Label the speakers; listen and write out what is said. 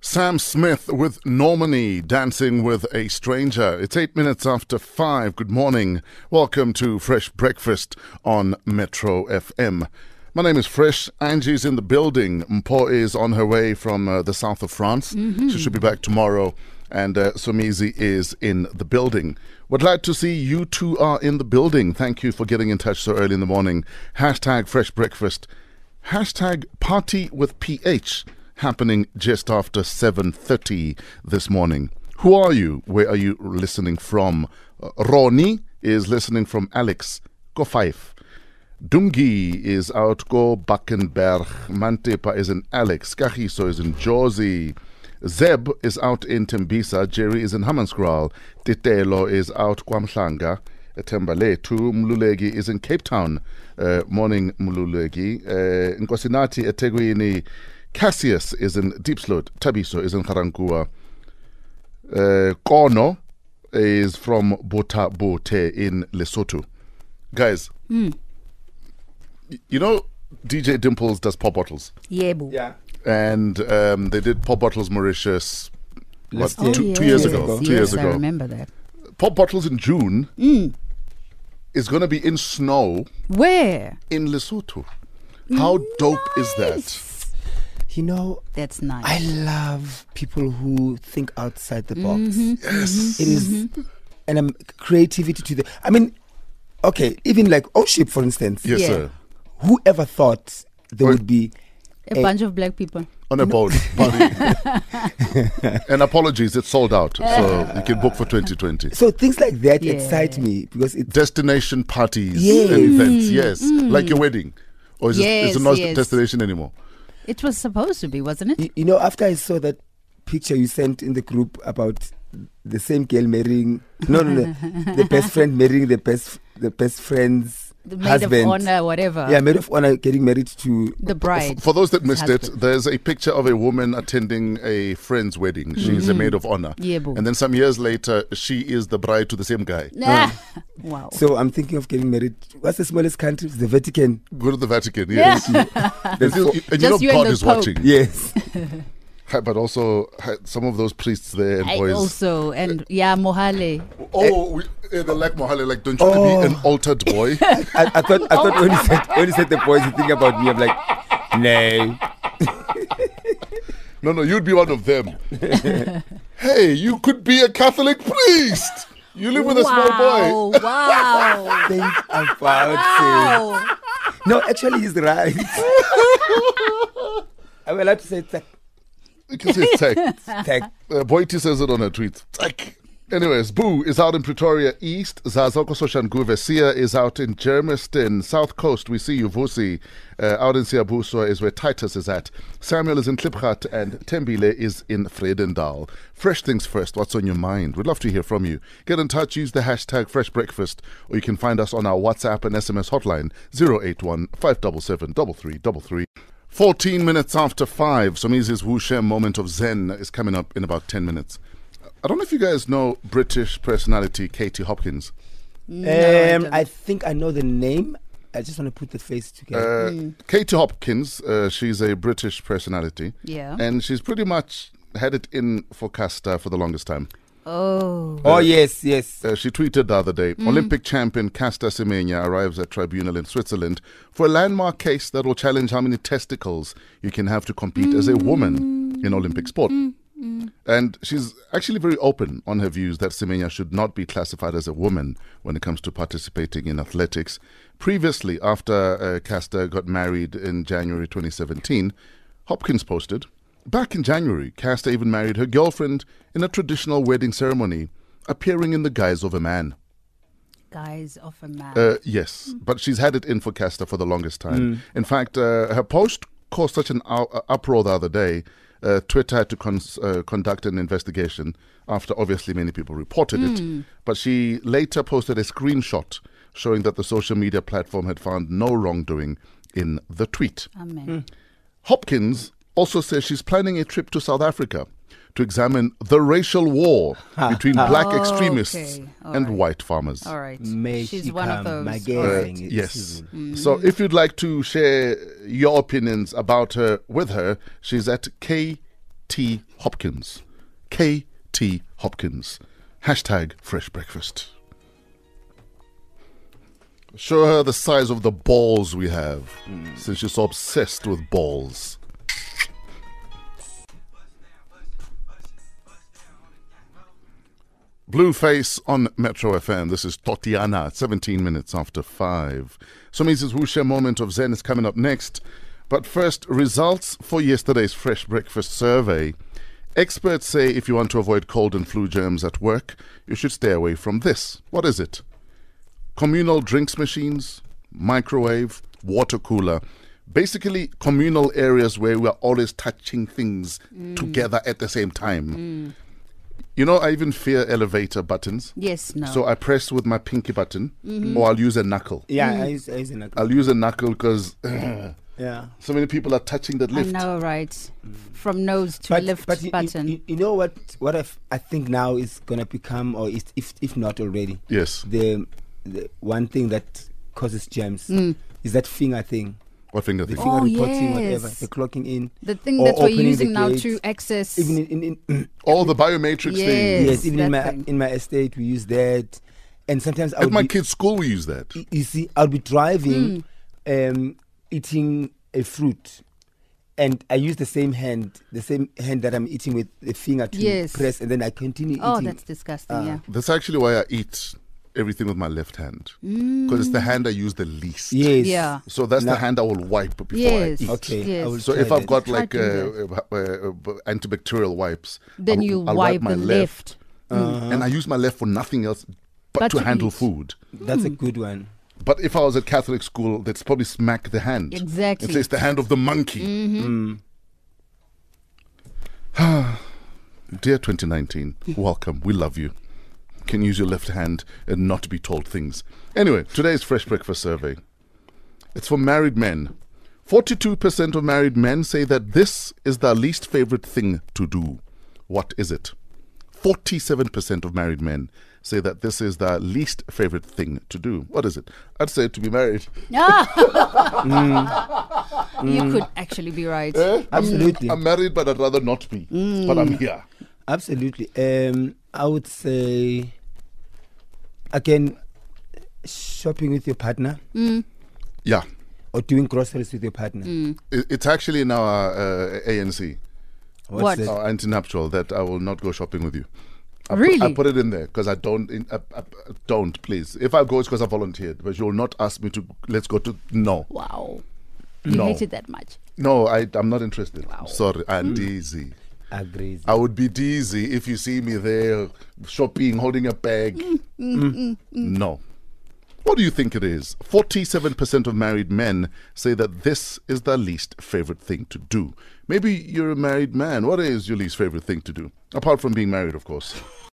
Speaker 1: Sam Smith with Normani dancing with a stranger. It's eight minutes after five. Good morning. Welcome to Fresh Breakfast on Metro FM. My name is Fresh. Angie's in the building. Mpo is on her way from uh, the south of France. She should be back tomorrow. And uh, Somizi is in the building. Would like to see you two are in the building. Thank you for getting in touch so early in the morning. Hashtag Fresh Breakfast. Hashtag Party with PH happening just after 7.30 this morning. Who are you? Where are you listening from? Uh, Ronnie is listening from Alex. Go five. Dungi is out, go Bakkenberg. Mantepa is in Alex. Kahiso is in Josie. Zeb is out in Tembisa. Jerry is in Hammanskraal. Titelo is out Kwamhlanga. Tembaletu Mlulegi is in Cape Town. Uh, morning Mlulegi. Uh, Nkosinati Eteguini. Cassius is in Deep Sloat. Tabiso is in Karankua. Uh, Kono is from Bota Bote in Lesotho. Guys, you know, DJ Dimples does pop bottles,
Speaker 2: Yebo.
Speaker 3: Yeah.
Speaker 1: and um, they did pop bottles Mauritius. What,
Speaker 3: Let's
Speaker 1: two,
Speaker 3: do-
Speaker 1: two years
Speaker 3: Years
Speaker 1: ago.
Speaker 3: ago.
Speaker 1: Two years
Speaker 2: Oh, I
Speaker 1: ago.
Speaker 2: remember Mm. that.
Speaker 1: Pop bottles in June is going to be in snow
Speaker 2: Where?
Speaker 1: in Lesotho. How dope is that?
Speaker 3: You know,
Speaker 2: That's nice.
Speaker 3: I love people who think outside the box.
Speaker 2: Mm-hmm.
Speaker 1: Yes.
Speaker 3: It is, and um, creativity to the. I mean, okay, even like Oship, for instance.
Speaker 1: Yes,
Speaker 2: Yeah.
Speaker 1: sir.
Speaker 3: Whoever thought there
Speaker 1: Or-
Speaker 3: would be
Speaker 2: a bunch of black people.
Speaker 1: On a boat. buddy. and apologies, it's sold out. So you can book for 2020.
Speaker 3: so things like that
Speaker 2: Yeah.
Speaker 3: excite me because it
Speaker 1: Destination parties
Speaker 3: Yes.
Speaker 1: and events. Yes. Like your wedding. Or is, it, is it
Speaker 2: Mm. Yes,
Speaker 1: not
Speaker 2: yes.
Speaker 1: destination anymore?
Speaker 2: It was supposed to be, wasn't it?
Speaker 3: you, you know after I saw that picture you sent in the group about the same girl marrying no no no the best friend marrying the best the best friend's
Speaker 2: The maid
Speaker 3: husband
Speaker 2: of honor, whatever.
Speaker 3: yeah maid of honor getting married to
Speaker 2: The bride.
Speaker 1: For those that missed it,
Speaker 2: Husband.
Speaker 1: there's a picture of a woman attending a friend's wedding. She's a maid of honor.
Speaker 2: Mm-hmm. Yeah, boo.
Speaker 1: And then some years later, she is the bride to the same guy.
Speaker 2: Nah. wow.
Speaker 3: So I'm thinking of getting married. What's the smallest country? It's the Vatican.
Speaker 1: Go to the Vatican. Yes.
Speaker 3: That's
Speaker 1: And
Speaker 3: for-
Speaker 1: you- and you
Speaker 2: Just
Speaker 1: know
Speaker 2: you and
Speaker 1: God
Speaker 2: the
Speaker 1: is
Speaker 2: Pope.
Speaker 1: watching.
Speaker 3: yes.
Speaker 1: Hi, But also, hi, some of those priests there and
Speaker 2: I
Speaker 1: boys.
Speaker 2: also and yeah, Mohale.
Speaker 1: Oh, we, eh, they like Mohale. Like, don't you want
Speaker 3: Oh.
Speaker 1: to be an altered boy?
Speaker 3: I, I thought I
Speaker 2: Oh
Speaker 3: thought when you said when you said the boys you think about me, I'm like, no.
Speaker 1: no, no, you'd be one of them. hey, you could be a Catholic priest. You live with a small boy.
Speaker 2: Wow, wow.
Speaker 3: Think about it.
Speaker 2: wow.
Speaker 3: No, actually he's right. I'm allowed to say tack
Speaker 1: You can say tech.
Speaker 3: tack.
Speaker 1: Uh, Boiti says it on her tweet. Tech. Anyways, Boo is out in Pretoria East. Zazoko Soshanguvesia is out in Germiston, South Coast. We see you, Vusi. Uh, out in Siabuso is where Titus is at. Samuel is in Klipgat and Tembile is in Fredendal. Fresh things first. What's on your mind? We'd love to hear from you. Get in touch. Use the hashtag Fresh Breakfast, or you can find us on our WhatsApp and SMS hotline 081 577 3333. 14 minutes after 5, Somizi's Wu Shem moment of Zen is coming up in about 10 minutes. I don't know if you guys know British personality Katie Hopkins.
Speaker 2: I
Speaker 3: um
Speaker 2: don't.
Speaker 3: I think I know the name. I just want to put the face
Speaker 1: Uh,
Speaker 3: together.
Speaker 1: Katie Hopkins, uh, she's a British personality.
Speaker 2: Yeah.
Speaker 1: And she's pretty much had it in for Casta for the longest time.
Speaker 2: Oh.
Speaker 3: oh yes, yes.
Speaker 1: Uh, she tweeted the other day Olympic champion Casta Semenya arrives at tribunal in Switzerland for a landmark case that will challenge how many testicles you can have to compete as a woman in Olympic sport. And she's actually very open on her views that Semenya should not be classified as a woman when it comes to participating in athletics. Previously, after uh, Castor got married in January 2017, Hopkins posted Back in January, Castor even married her girlfriend in a traditional wedding ceremony, appearing in the guise of a man.
Speaker 2: Guys of a man.
Speaker 1: Uh, yes, but she's had it in for Castor for the longest time.
Speaker 2: Mm.
Speaker 1: In fact, uh, her post caused such an ou- uh, uproar the other day. Uh, Twitter had to cons- uh, conduct an investigation after obviously many people reported
Speaker 2: Mm.
Speaker 1: it. But she later posted a screenshot showing that the social media platform had found no wrongdoing in the tweet.
Speaker 2: Amen.
Speaker 3: Hmm.
Speaker 1: Hopkins also says she's planning a trip to South Africa to examine the racial war between black
Speaker 2: Oh,
Speaker 1: extremists
Speaker 2: okay. All
Speaker 1: and
Speaker 2: right.
Speaker 1: white farmers.
Speaker 2: All right.
Speaker 3: May
Speaker 2: She's
Speaker 3: she
Speaker 2: one of
Speaker 3: come,
Speaker 2: those.
Speaker 3: my
Speaker 2: All
Speaker 3: girl.
Speaker 2: right.
Speaker 3: Thing is-
Speaker 1: Yes. So if you'd like to share your opinions about her with her, she's at K T. Hopkins. K.T. Hopkins. Hashtag fresh breakfast. Show her the size of the balls we have, since she's so obsessed with balls. Blueface on Metro FM. This is Totiana, 17 minutes after 5. So means it's Wuxia Moment of Zen is coming up next. But first, results for yesterday's Fresh Breakfast survey. Experts say if you want to avoid cold and flu germs at work, you should stay away from this. What is it? communal drinks machines, microwave, water cooler. Basically, communal areas where we are always touching things together at the same time. You know, I even fear elevator buttons.
Speaker 2: Yes, no.
Speaker 1: So I press with my pinky button, or I'll use a knuckle.
Speaker 3: Yeah,
Speaker 2: mm.
Speaker 3: I use, I use an
Speaker 2: Uh,
Speaker 3: account.
Speaker 1: I'll use a knuckle because
Speaker 3: Yeah.
Speaker 1: so many people are touching that
Speaker 2: I
Speaker 1: lift.
Speaker 2: know, right? From nose to lift
Speaker 3: Hmm. but you,
Speaker 2: button.
Speaker 3: You, you- you know what? What I, f- I think now is gonna become, or is, if if not already,
Speaker 1: Yes.
Speaker 3: the, the one thing that causes germs is that finger thing,
Speaker 1: What finger
Speaker 3: the
Speaker 1: thing?
Speaker 3: finger
Speaker 2: Mm. Oh,
Speaker 3: reporting, whatever,
Speaker 2: yes.
Speaker 3: the clocking in,
Speaker 2: the thing
Speaker 3: or
Speaker 2: that we're
Speaker 3: opening the
Speaker 2: using now
Speaker 3: gate,
Speaker 2: to access.
Speaker 3: even in, in, in
Speaker 1: All the biometrics
Speaker 2: Yes.
Speaker 1: things.
Speaker 3: yes, even in
Speaker 2: that
Speaker 3: my
Speaker 2: thing.
Speaker 3: in my estate we use that, and sometimes I
Speaker 1: At
Speaker 3: would
Speaker 1: my
Speaker 3: be-
Speaker 1: kids' school, we use that.
Speaker 3: y- you see, I'll be driving,
Speaker 2: Mm.
Speaker 3: um, eating a fruit, and I use the same hand, the same hand that I'm eating with the finger to
Speaker 2: Yes.
Speaker 3: press, and then I continue
Speaker 2: oh,
Speaker 3: eating.
Speaker 2: that's disgusting.
Speaker 3: Ah.
Speaker 2: yeah.
Speaker 1: That's actually why I eat everything with my left hand because it's the hand I use the least.
Speaker 3: yes.
Speaker 2: Yeah.
Speaker 1: So that's
Speaker 3: No.
Speaker 1: the hand I will wipe before
Speaker 2: Yes.
Speaker 1: I eat.
Speaker 3: Okay.
Speaker 2: Yes.
Speaker 3: I will
Speaker 1: So
Speaker 3: try
Speaker 1: if I've
Speaker 3: that.
Speaker 1: got
Speaker 2: Try
Speaker 1: like uh,
Speaker 2: to
Speaker 1: uh, uh, uh, antibacterial wipes,
Speaker 2: Then
Speaker 1: I'll-
Speaker 2: you
Speaker 1: I'll
Speaker 2: wipe
Speaker 1: my
Speaker 2: the left.
Speaker 3: Uh-huh.
Speaker 1: and I use my left for nothing else but,
Speaker 2: But
Speaker 1: to
Speaker 2: to
Speaker 1: handle
Speaker 2: eat.
Speaker 1: food.
Speaker 3: That's
Speaker 2: Mm.
Speaker 3: a good one.
Speaker 1: But if I was at Catholic school, that's probably smack the hand.
Speaker 2: Exactly. Mm-hmm.
Speaker 1: It says the hand of the monkey.
Speaker 3: Hmm.
Speaker 1: Dear 2019, welcome. We love you. Can use your left hand and not be told things. Anyway, today's Fresh Breakfast survey. It's for married men. 42% of married men say that this is their least favorite thing to do. What is it? 47% of married men say that this is their least favorite thing to do. What is it? I'd say to be married.
Speaker 2: You could actually be right.
Speaker 1: Eh?
Speaker 3: Absolutely.
Speaker 1: I'm married, but I'd rather not be. But I'm here.
Speaker 3: Absolutely. Um, I would say, again, shopping with your partner
Speaker 1: Yeah.
Speaker 3: or doing groceries with your partner.
Speaker 1: I- It's actually in our uh, ANC,
Speaker 3: What's
Speaker 2: What?
Speaker 3: that?
Speaker 1: our anti-nuptial, Oh, that I will not go shopping with you. I
Speaker 2: Really?
Speaker 1: Put, I put it in there because I don't. In, I, I, I don't please. If I go, it's because I volunteered. But you'll not ask me to. Let's go to no,
Speaker 2: wow. You
Speaker 1: No.
Speaker 2: hate it that much.
Speaker 1: no. I, I'm not interested. Sorry, I'm dizzy.
Speaker 3: Agrees.
Speaker 1: I would be dizzy if you see me there shopping, holding a bag. Hmm. No. What do you think it is? 47% of married men say that this is their least favorite thing to do. Maybe you're a married man. What is your least favorite thing to do? Apart from being married, of course.